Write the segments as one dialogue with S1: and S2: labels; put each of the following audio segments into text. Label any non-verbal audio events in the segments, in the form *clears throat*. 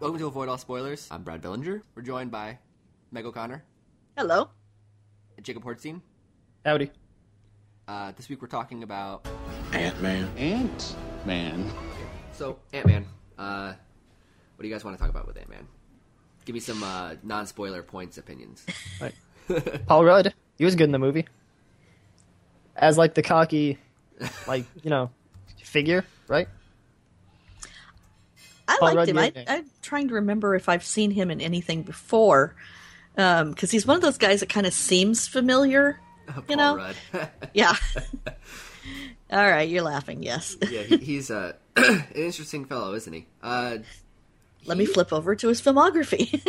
S1: Welcome to Avoid All Spoilers. I'm Brad Billinger. We're joined by Meg O'Connor
S2: Hello.
S1: and Jacob Hortstein.
S3: Howdy.
S1: Uh, this week we're talking about
S4: Ant Man.
S5: Ant Man.
S1: so Ant Man. Uh, what do you guys want to talk about with Ant Man? Give me some uh, non-spoiler points *laughs* opinions.
S3: *laughs* Right. Paul Rudd, he was good in the movie. As like the cocky, like you know, figure, right?
S2: I
S3: Paul Rudd,
S2: liked him.
S3: your
S2: I,
S3: name.
S2: I'm trying to remember if I've seen him in anything before, because he's one of those guys that kind of seems familiar.
S1: Oh, Paul
S2: know.
S1: Rudd. *laughs*
S2: Yeah. All right, you're laughing. Yes. *laughs*
S1: yeah, he, he's uh, *clears throat* an interesting fellow, isn't he? Uh,
S2: Let me flip over to his filmography.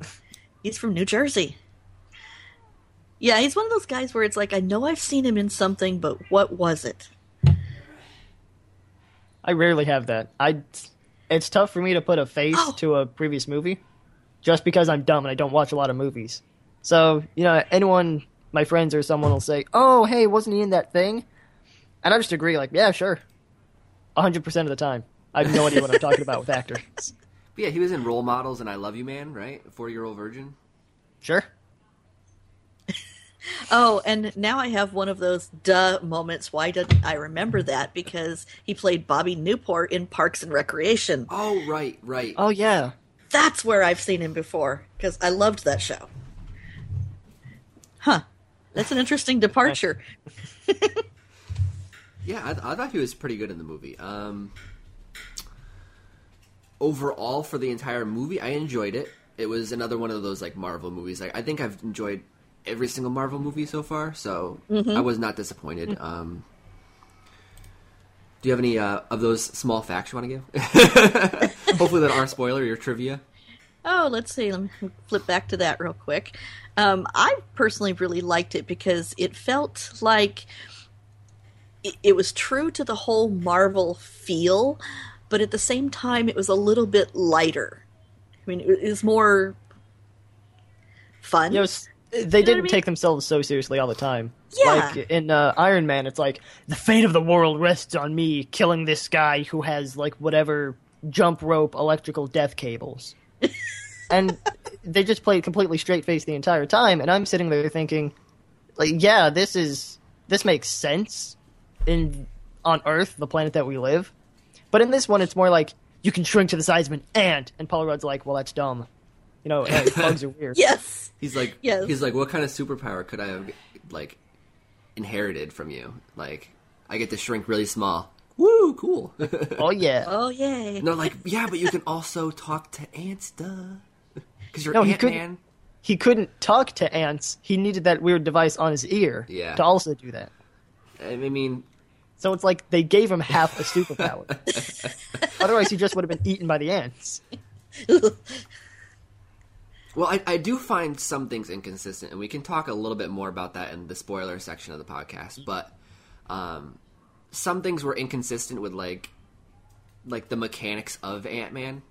S2: *laughs* he's from New Jersey. Yeah, he's one of those guys where it's like I know I've seen him in something, but what was it?
S3: I rarely have that. I, it's tough for me to put a face
S2: Oh.
S3: to a previous movie, just because I'm dumb and I don't watch a lot of movies. So you know, anyone, my friends or someone will say, "Oh, hey, wasn't he in that thing?" And I just agree, like, "Yeah, sure." hundred percent of the time, I have no idea what I'm talking about with *laughs* actors.
S1: but yeah, he was in Role Models and I Love You Man, right? Four-year-old virgin.
S3: Sure.
S2: Oh, and now I have one of those duh moments. Why didn't I remember that? Because he played Bobby Newport in Parks and Recreation.
S1: Oh, right, right.
S3: Oh yeah.
S2: That's where I've seen him before because I loved that show. Huh. That's an interesting departure.
S1: Yeah, I, I thought he was pretty good in the movie. Um, overall, for the entire movie, I enjoyed it. It was another one of those like Marvel movies. Like I think I've enjoyed every single Marvel movie so far, so I was not disappointed. Um, do you have any uh, of those small facts you want to give? *laughs* Hopefully that aren't spoiler your trivia.
S2: Oh, let's see. Let me flip back to that real quick. Um, I personally really liked it because it felt like it, it was true to the whole Marvel feel, but at the same time, it was a little bit lighter. I mean, it was more fun.
S3: it was, they didn't
S2: I mean?
S3: take themselves so seriously all the time.
S2: Yeah.
S3: Like in uh, Iron Man, it's like the fate of the world rests on me killing this guy who has like whatever jump rope electrical death
S2: *laughs*
S3: cables. and they just played completely straight face the entire time and I'm sitting there thinking like yeah, this is this makes sense in on Earth, the planet that we live. But in this one it's more like you can shrink to the size of an ant and Paul Rudd's like, "Well, that's dumb." You know, hey,
S2: *laughs*
S3: bugs are weird.
S2: yes.
S1: He's like,
S2: Yes.
S1: he's like, what kind of superpower could I have like inherited from you? Like, I get to shrink really small. Woo, cool. *laughs*
S3: Oh yeah.
S2: Oh, yay.
S1: And they're like, yeah, but you can also talk to ants, duh. Because you're
S3: No, he
S1: Ant
S3: couldn't.
S1: Man.
S3: he couldn't talk to ants. He needed that weird device on his ear
S1: Yeah.
S3: to also do that.
S1: I mean,
S3: So it's like they gave him half a superpower. Otherwise, he just would have been eaten by the ants.
S1: well, I, I do find some things inconsistent, and we can talk a little bit more about that in the spoiler section of the podcast. But um, some things were inconsistent with like, like the mechanics of Ant Man.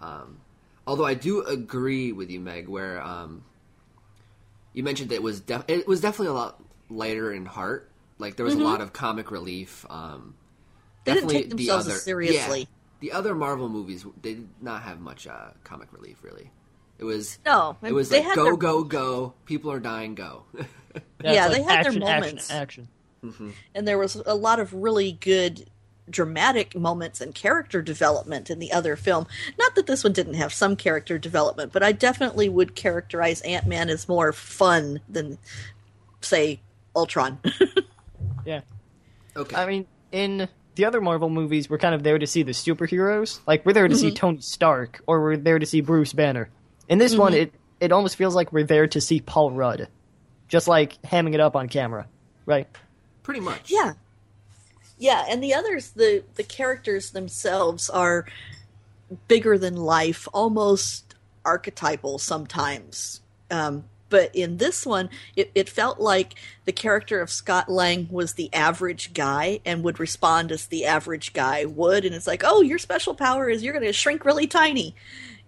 S1: Um, although I do agree with you, Meg, where um, you mentioned that it was def- it was definitely a lot lighter in heart. Like there was a lot of comic relief. Um,
S2: Mm-hmm. They didn't
S1: definitely
S2: take themselves
S1: the
S2: as
S1: other,
S2: seriously.
S1: yeah. the other Marvel movies they did not have much uh, comic relief really. It was
S2: No,
S1: It was
S2: they
S1: like
S2: had
S1: go
S2: their-
S1: go go. People are dying. Go. *laughs*
S2: Yeah,
S3: it's
S2: they
S3: like
S2: had their
S3: action,
S2: moments.
S3: Action, action.
S2: and there was a lot of really good dramatic moments and character development in the other film. Not that this one didn't have some character development, but I definitely would characterize Ant Man as more fun than, say, Ultron. *laughs*
S3: Yeah.
S1: okay.
S3: I mean, in the other Marvel movies, we're kind of there to see the superheroes. Like we're there to
S2: Mm-hmm.
S3: see Tony Stark, or we're there to see Bruce Banner. In this one,
S2: Mm-hmm.
S3: it it almost feels like we're there to see Paul Rudd, just like hamming it up on camera, right?
S1: pretty much.
S2: yeah. Yeah, and the others, the the characters themselves are bigger than life, almost archetypal sometimes. Um, but in this one, it, it felt like the character of Scott Lang was the average guy and would respond as the average guy would. And it's like, oh, your special power is you're going to shrink really tiny.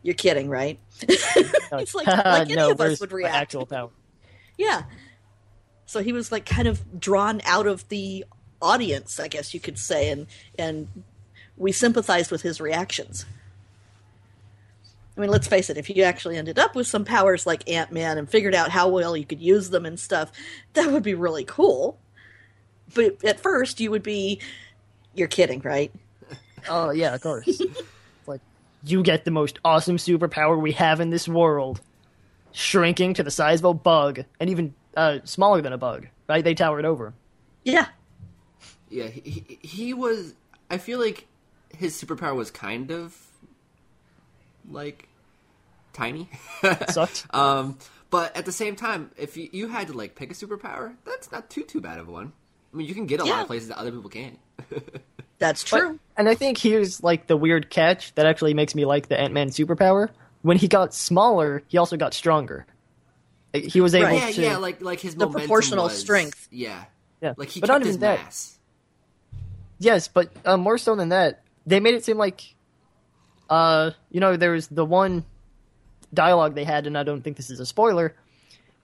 S2: You're kidding, right? it's
S3: *laughs*
S2: like, like any
S3: no,
S2: of us
S3: where's
S2: would
S3: my
S2: react.
S3: Actual power.
S2: Yeah. So he was like kind of drawn out of the audience, I guess you could say, and and we sympathized with his reactions. I mean, let's face it, if you actually ended up with some powers like Ant Man and figured out how well you could use them and stuff, that would be really cool. But at first, you would be, you're kidding, right?
S3: Oh yeah, of course. *laughs* It's like you get the most awesome superpower we have in this world, shrinking to the size of a bug, and even uh, smaller than a bug. Right? They towered over.
S2: Yeah.
S1: Yeah, he, he, he was. I feel like his superpower was kind of like tiny. *laughs*
S3: Sucked.
S1: um, but at the same time, if you, you had to like pick a superpower, that's not too too bad of one. I mean, you can get a lot
S2: Yeah.
S1: of places that other people can't.
S2: That's true.
S3: And I think here's like the weird catch that actually makes me like the Ant Man superpower. When he got smaller, he also got stronger. Like, He was able
S2: Right.
S1: yeah,
S3: to.
S1: yeah, like like his
S2: The
S1: momentum
S2: proportional
S1: was-
S2: strength.
S1: Yeah,
S3: Yeah.
S1: like he
S3: But
S1: kept
S3: not
S1: his
S3: even that.
S1: mass.
S3: Yes, but uh, more so than that, they made it seem like, uh, you know, there was the one dialogue they had, and I don't think this is a spoiler,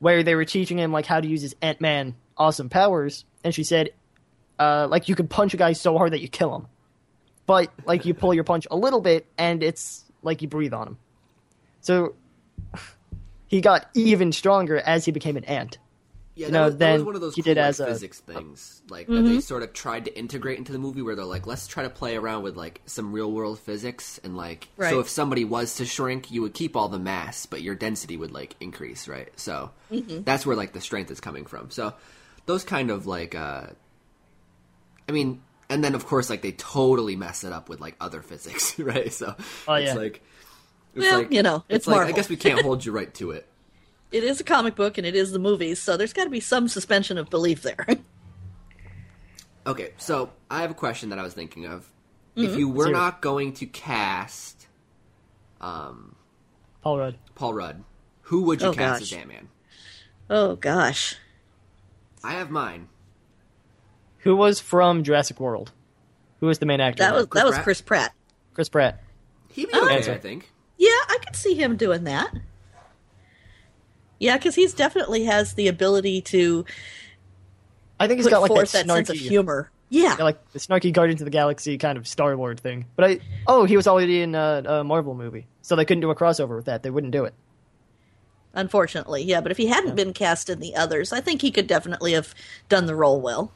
S3: where they were teaching him like how to use his Ant Man awesome powers, and she said, uh, like you can punch a guy so hard that you kill him, but like you pull your punch a little bit, and it's like you breathe on him. So he got even stronger as he became an ant.
S1: Yeah,
S3: You
S1: that,
S3: know,
S1: was, that was
S3: then
S1: one of those
S3: he
S1: cool
S3: did
S1: like,
S3: as a-
S1: physics things, like that
S2: Mm-hmm.
S1: they sort of tried to integrate into the movie, where they're like, let's try to play around with like some real world physics, and like,
S2: Right.
S1: so if somebody was to shrink, you would keep all the mass, but your density would like increase, right? So
S2: Mm-hmm.
S1: that's where like the strength is coming from. So those kind of like, uh I mean, and then of course like they totally mess it up with like other physics, *laughs* right? So
S3: Oh,
S1: it's
S3: yeah.
S1: like, it's
S2: Well, you know, it's
S1: like I
S2: Marvel.
S1: guess we
S2: *laughs*
S1: can't hold you right to it.
S2: It is a comic book and it is the movies, so there's got to be some suspension of belief there. *laughs*
S1: Okay, so I have a question that I was thinking of. If
S2: Mm-hmm.
S1: you were
S3: Zero.
S1: not going to cast
S3: Paul Rudd.
S1: Paul Rudd, who would you
S2: Oh,
S1: cast as
S2: gosh.
S1: Ant Man?
S2: oh, gosh.
S1: I have mine.
S3: who was from Jurassic World, who was the main actor?
S2: That was
S1: Chris
S2: that was
S1: Pratt?
S2: Chris Pratt.
S3: Chris Pratt.
S1: He'd be
S2: Oh.
S1: okay,
S3: Answer.
S1: I think.
S2: Yeah, I could see him doing that. Yeah, because he's definitely has the ability to
S3: I think he's
S2: put
S3: got like
S2: forth
S3: that
S2: that,
S3: snarky,
S2: sense of humor. Yeah,
S3: yeah, like the snarky Guardians of the Galaxy kind of Star Lord thing. But I, oh, he was already in a, a Marvel movie, so they couldn't do a crossover with that. They wouldn't do it.
S2: unfortunately, yeah. But if he hadn't been cast in the others, I think he could definitely have done the role well.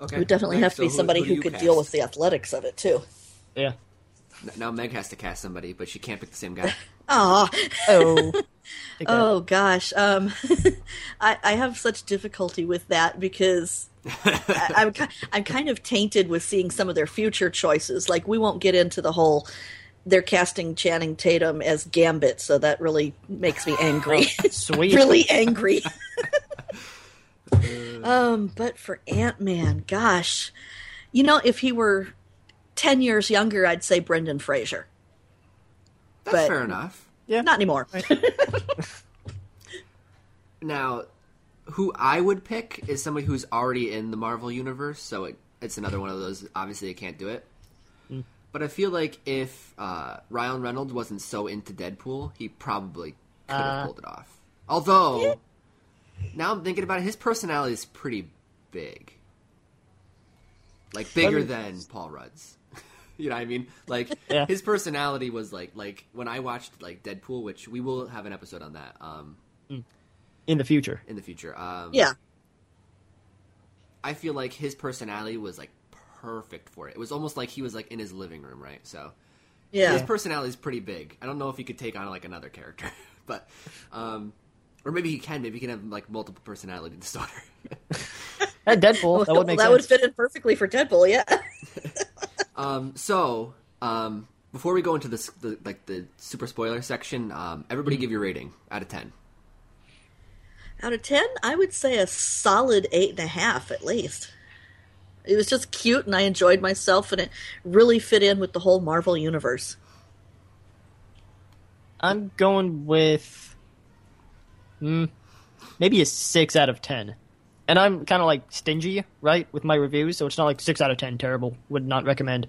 S1: Okay.
S2: It would definitely
S1: Meg,
S2: have to
S1: so
S2: be somebody
S1: do
S2: who
S1: you
S2: could
S1: cast?
S2: deal with the athletics of it too.
S3: Yeah.
S1: N- Now Meg has to cast somebody, but she can't pick the same
S2: *laughs*
S1: guy.
S2: Ah, *laughs*
S3: Oh. Take that.
S2: oh gosh, um, *laughs* I, I have such difficulty with that because I, I'm ki- I'm kind of tainted with seeing some of their future choices. Like we won't get into the whole they're casting Channing Tatum as Gambit, so that really makes me angry. *laughs*
S3: sweet.
S2: really angry. um, but for Ant Man, gosh, you know, if he were ten years younger, I'd say Brendan Fraser.
S1: That's
S2: But-
S1: fair enough.
S3: Yeah.
S2: Not anymore.
S1: Now, who I would pick is somebody who's already in the Marvel universe, so it, it's another one of those. Obviously, they can't do it.
S3: Hmm.
S1: But I feel like if uh, Ryan Reynolds wasn't so into Deadpool, he probably could have
S3: Uh.
S1: pulled it off. Although, now I'm thinking about it, his personality is pretty big, like bigger than Paul Rudd's. *laughs* you know what I mean? Like
S3: Yeah.
S1: his personality was like like when I watched like Deadpool, which we will have an episode on that. Um,
S3: in the future.
S1: in the future. Um,
S2: *laughs* yeah,
S1: I feel like his personality was like perfect for it. It was almost like he was like in his living room, right? So his
S2: yeah.
S1: personality is pretty big. I don't know if he could take on like another character, *laughs* but um, or maybe he can. Maybe he can have like multiple personality *laughs* disorder.
S2: *laughs*
S3: That Deadpool. That would make
S2: Oh, that
S3: sense.
S2: would fit in perfectly for Deadpool. Yeah. *laughs*
S1: um, so um, before we go into this the, like the super spoiler section, um, everybody
S2: Mm-hmm.
S1: give your rating out of ten.
S2: out of 10 i would say a solid eight and a half at least it was just cute and i enjoyed myself and it really fit in with the whole marvel universe
S3: I'm going with hmm, maybe a six out of ten. And I'm kind of like stingy, right, with my reviews, so it's not like six out of ten terrible. Would not recommend.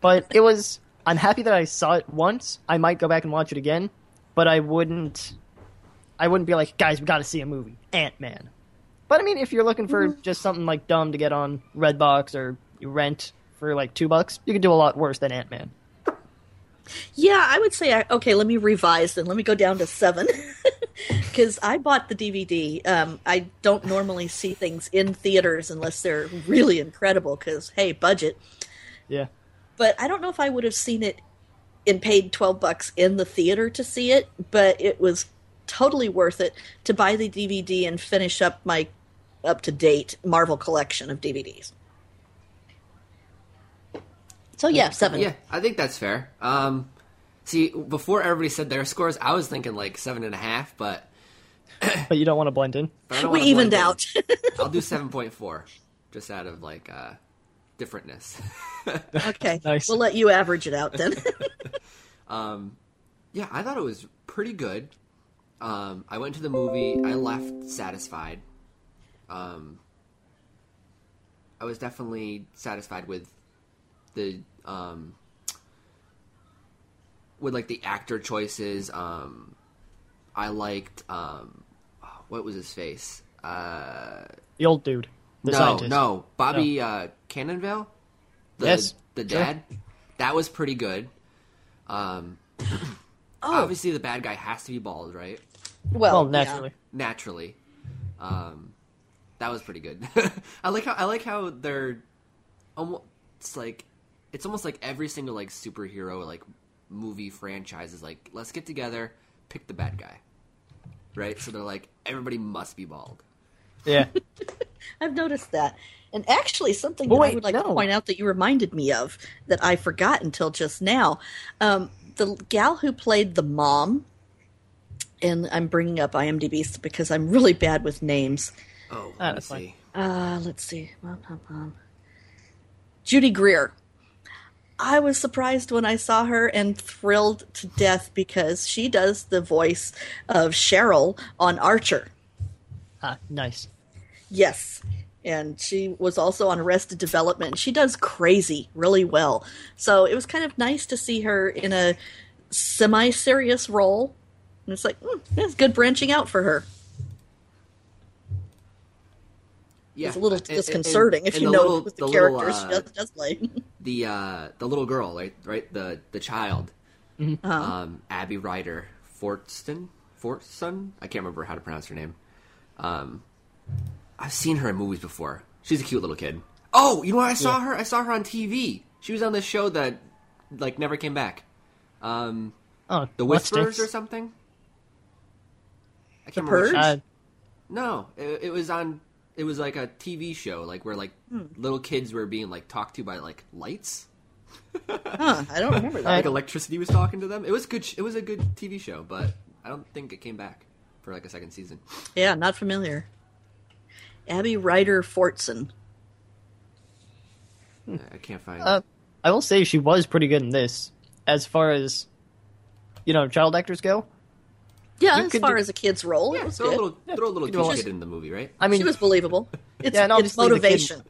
S3: But it was. I'm happy that I saw it once. I might go back and watch it again, but I wouldn't. I wouldn't be like, guys, we got to see a movie, Ant Man. But I mean, if you're looking for just something like dumb to get on Redbox or you rent for like two bucks, you can do a lot worse than Ant Man.
S2: Yeah, I would say I, okay. Let me revise then. Let me go down to seven *laughs* because I bought the DVD. Um, I don't normally see things in theaters unless they're really incredible. Because hey, budget.
S3: Yeah.
S2: But I don't know if I would have seen it and paid twelve bucks in the theater to see it. But it was totally worth it to buy the DVD and finish up my up to date Marvel collection of DVDs. So yeah, seven.
S1: Yeah, I think that's fair. Um, see, before everybody said their scores, I was thinking like seven and a half, but,
S3: But you don't want to blend in.
S1: but I don't
S2: we
S1: wanna
S2: evened
S1: blend
S2: out.
S1: in. I'll do seven point four, just out of like uh, differentness.
S2: *laughs*
S1: *laughs*
S2: okay,
S3: *laughs* Nice.
S2: we'll let you average it out then.
S3: *laughs*
S1: yeah, I thought it was pretty good. Um, I went to the movie. I left satisfied. Um, I was definitely satisfied with the um, with like the actor choices. Um, I liked um, what was his face? Uh,
S3: The old dude. The
S1: no,
S3: scientist. Oh.
S1: no, Bobby Uh, Cannonvale. The,
S3: Yes,
S1: the
S3: sure.
S1: dad. That was pretty good. *clears throat* Um,
S2: oh
S1: Obviously, the bad guy has to be bald, right?
S2: well,
S3: Well, naturally.
S1: Naturally, um, that was pretty good. *laughs* I like how I like how they're almost it's like it's almost like every single like superhero like movie franchise is like let's get together, pick the bad guy, right? So they're like everybody must be bald.
S3: Yeah.
S2: I've noticed that. And actually, something
S3: But
S2: that I
S3: wait,
S2: would like to
S3: no.
S2: point out that you reminded me of that I forgot until just now. Um, the gal who played the mom, and I'm bringing up IMDb because I'm really bad with names.
S1: Oh,
S3: Ah,
S1: let me
S3: that's fine.
S1: see.
S2: Uh, let's see. Mom, mom, mom. Judy Greer. I was surprised when I saw her and thrilled to death because she does the voice of Cheryl on Archer.
S3: ah, nice.
S2: Yes. And she was also on Arrested Development. She does crazy really well. So it was kind of nice to see her in a semi serious role. And it's like, mm, that's good branching out for her.
S1: Yeah,
S2: It's a little
S1: and- and-
S2: disconcerting if
S1: and
S2: you
S1: the
S2: know
S1: little-
S2: what
S1: the
S2: the,
S1: little,
S2: characters
S1: uh,
S2: she does, does play. *laughs*
S1: the uh, the little girl, right? Right, the the child,
S2: Uh-huh.
S1: um, Abby Ryder Fortston, Fortson. I can't remember how to pronounce her name. Um, I've seen her in movies before. She's a cute little kid. Oh, you know what? I saw her. I saw her on TV. She was on this show that like never came back. Um,
S3: Oh,
S1: the
S3: what's
S1: Whispers or
S3: this?
S1: something. I
S2: The
S1: can't remember.
S2: Purge?
S3: Uh,
S1: No, it, it was on. It was like a TV show, like where like little kids were being like talked to by like lights.
S2: Huh, I don't remember
S1: *laughs*
S2: that.
S1: like electricity was talking to them. It was good. Sh- it was a good TV show, but I don't think it came back for like a second season.
S2: Yeah, not familiar. Abby Ryder Fortson.
S1: I can't find.
S3: Uh, I will say she was pretty good in this, as far as you know, child actors go.
S2: Yeah,
S3: You
S2: as
S3: could
S2: far
S3: do-
S2: as a kid's role, it
S1: yeah,
S2: was
S1: throw a
S2: good.
S1: little, throw a little
S3: you know,
S1: kid
S3: just-
S1: in the movie, right?
S3: I mean,
S2: she was believable. It's,
S3: Yeah, and
S2: it's
S3: obviously the kid-
S2: motivation.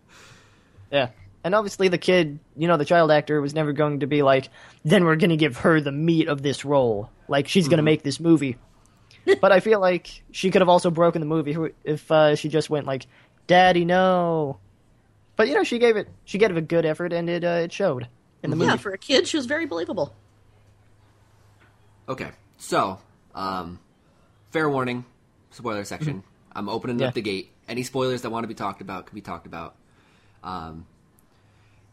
S3: yeah, and obviously the kid, you know, the child actor was never going to be like, then we're going to give her the meat of this role, like she's going to make this movie. but I feel like she could have also broken the movie if uh, she just went like, "Daddy, no." But you know, she gave it, she gave it a good effort, and it uh, it showed in the
S2: Yeah,
S3: movie.
S2: for a kid, she was very believable.
S1: Okay, so um, fair warning, spoiler section. I'm opening
S3: Yeah.
S1: up the gate. Any spoilers that want to be talked about can be talked about. Um,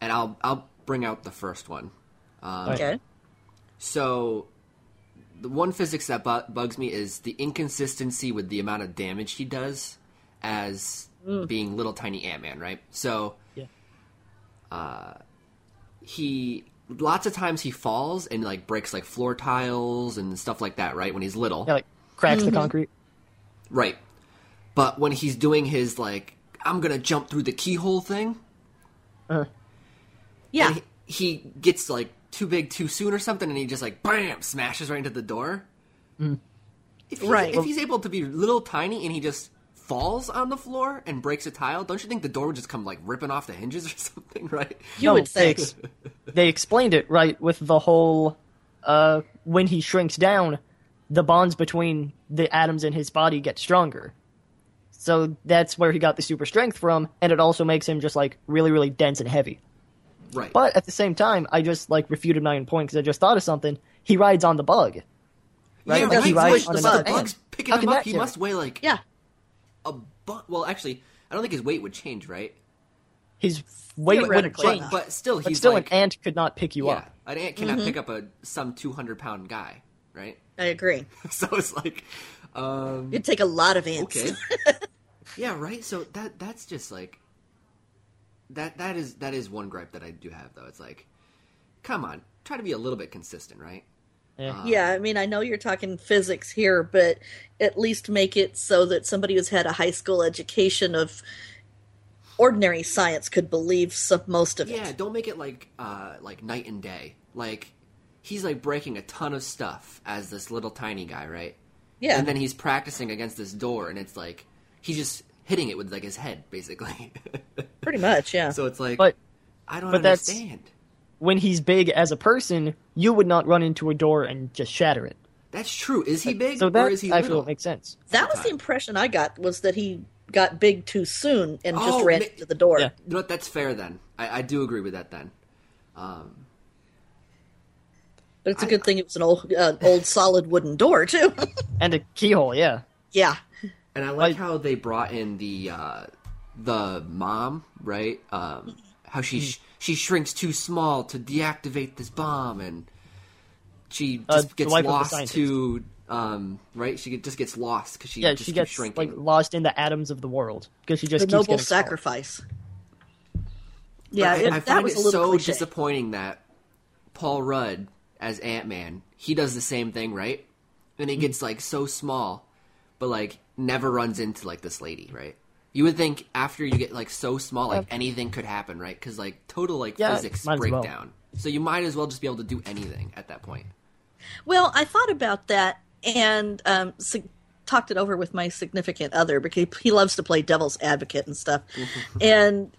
S1: and I'll I'll bring out the first one. Um,
S3: Right.
S2: Okay.
S1: So, the one physics that bu- bugs me is the inconsistency with the amount of damage he does as being little tiny Ant Man, right? So, uh,
S3: Yeah.
S1: he lots of times he falls and like breaks like floor tiles and stuff like that, right? When he's little,
S3: Yeah, like cracks the concrete.
S1: right? But when he's doing his like, I'm gonna jump through the keyhole thing,
S2: Yeah.
S1: and he, he gets like too big too soon or something, and he just like bam smashes right into the door. If he's,
S2: Right.
S1: If he's able to be little tiny and he just falls on the floor and breaks a tile, don't you think the door would just come like ripping off the hinges or *laughs* something? Right.
S2: You would
S3: they,
S2: think.
S3: ex- they explained it right with the whole uh, when he shrinks down, the bonds between the atoms in his body get stronger. So that's where he got the super strength from, and it also makes him just like really, really dense and heavy.
S1: Right.
S3: But at the same time, I just like refuted my own point because I just thought of something. He rides on the bug. Right?
S1: yeah,
S3: Like,
S1: he
S3: he
S1: rides
S3: rides
S1: the
S3: on
S1: bug.
S3: another
S1: The bug's
S3: man.
S1: picking
S3: How
S1: him
S3: can
S1: up.
S3: that
S1: He
S3: share?
S1: must weigh like
S2: Yeah.
S1: a bu- Well, actually, I don't think his weight would change, right?
S3: His weight wouldn't
S2: Theoretically,
S3: change.
S1: But
S2: But-
S1: but still,
S3: But
S1: he's
S3: still,
S1: like
S3: an ant could not pick you
S1: yeah,
S3: up.
S1: an ant cannot
S2: Mm-hmm.
S1: pick up a some two hundred pound guy, right? *laughs*
S2: I agree.
S1: so it's like, um,
S2: It'd take a lot of ants.
S3: *laughs*
S1: okay, yeah, right. So that that's just like that that is that is one gripe that I do have though. It's like, come on, try to be a little bit consistent, right?
S3: Yeah.
S2: yeah, I mean, I know you're talking physics here, but at least make it so that somebody who's had a high school education of ordinary science could believe some, most of
S1: Yeah,
S2: it.
S1: don't make it like uh like night and day. Like he's like breaking a ton of stuff as this little tiny guy, right?
S2: Yeah.
S1: And then he's practicing against this door and it's like he's just hitting it with like his head basically. *laughs*
S2: pretty much, yeah.
S1: so it's like
S3: But
S1: I don't
S3: but that's-
S1: understand.
S3: when he's big as a person, you would not run into a door and just shatter it.
S1: That's, true. Is he big
S3: So
S1: or
S3: that
S1: is he
S3: I
S1: little?
S3: feel makes sense.
S2: that was the impression I got was that he got big too soon and just
S1: Oh,
S2: ran
S1: ma-
S2: into the door.
S3: Yeah.
S1: You know what? That's fair then. I, I do agree with that then.
S2: But it's a
S1: I-
S2: good thing it was an old, uh,
S1: *laughs*
S2: an old solid wooden door too. *laughs*
S3: And a keyhole, yeah.
S2: yeah,
S1: And I like
S3: I-
S1: how they brought in the uh, the mom, right? Um, how she
S3: Hmm.
S1: sh- she shrinks too small to deactivate this bomb, and she
S3: Uh,
S1: just
S3: the
S1: gets
S3: wife of the
S1: lost
S3: scientist.
S1: to um, right. She get- just gets lost because she
S3: Yeah,
S1: just
S3: she
S1: keeps
S3: gets
S1: shrinking.
S3: like lost in the atoms of the world because she just
S2: the
S3: keeps
S2: noble
S3: getting smaller.
S2: sacrifice.
S1: But
S2: Yeah,
S1: I,
S2: it-
S1: I
S2: that
S1: find
S2: was
S1: it
S2: a little
S1: so
S2: cliche.
S1: disappointing that Paul Rudd as Ant Man he does the same thing, right? And
S2: Mm-hmm.
S1: he gets like so small, but like never runs into like this lady, right? You would think after you get like so small, like anything could happen, right? Because like total like
S3: Yeah,
S1: physics
S3: might as well.
S1: breakdown. So you might as well just be able to do anything at that point.
S2: Well, I thought about that and um, sig- talked it over with my significant other because he loves to play devil's advocate and stuff.
S1: Mm-hmm.
S2: and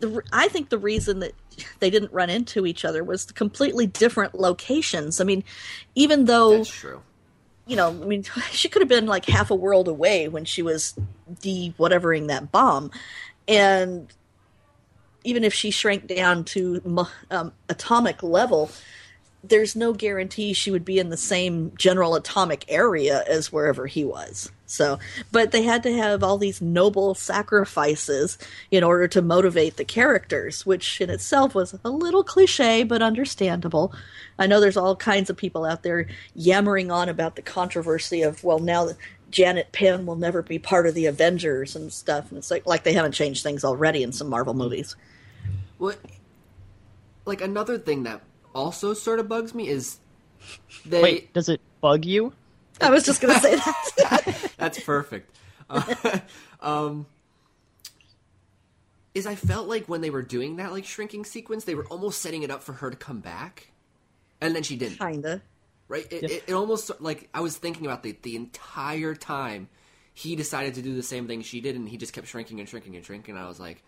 S2: the, re- I think the reason that they didn't run into each other was the completely different locations. I mean, even though
S1: That's true.
S2: you know, I mean, *laughs* she could have been like half a world away when she was de whatevering that bomb, and even if she shrank down to mo- um, atomic level, there's no guarantee she would be in the same general atomic area as wherever he was. So, but they had to have all these noble sacrifices in order to motivate the characters, which in itself was a little cliche but understandable. I know there's all kinds of people out there yammering on about the controversy of, well, now that Janet Penn will never be part of the Avengers and stuff. And it's like, like they haven't changed things already in some Marvel movies.
S1: Well, like another thing that also sort of bugs me is they.
S3: Wait, does it bug you?
S2: I was just going *laughs* to say that.
S1: That's perfect. *laughs* Uh, um, is I felt like when they were doing that like shrinking sequence, they were almost setting it up for her to come back, and then she didn't.
S2: Kinda.
S1: Right? It, it, it almost like I was thinking about the the entire time he decided to do the same thing she did, and he just kept shrinking and shrinking and shrinking. And I was like,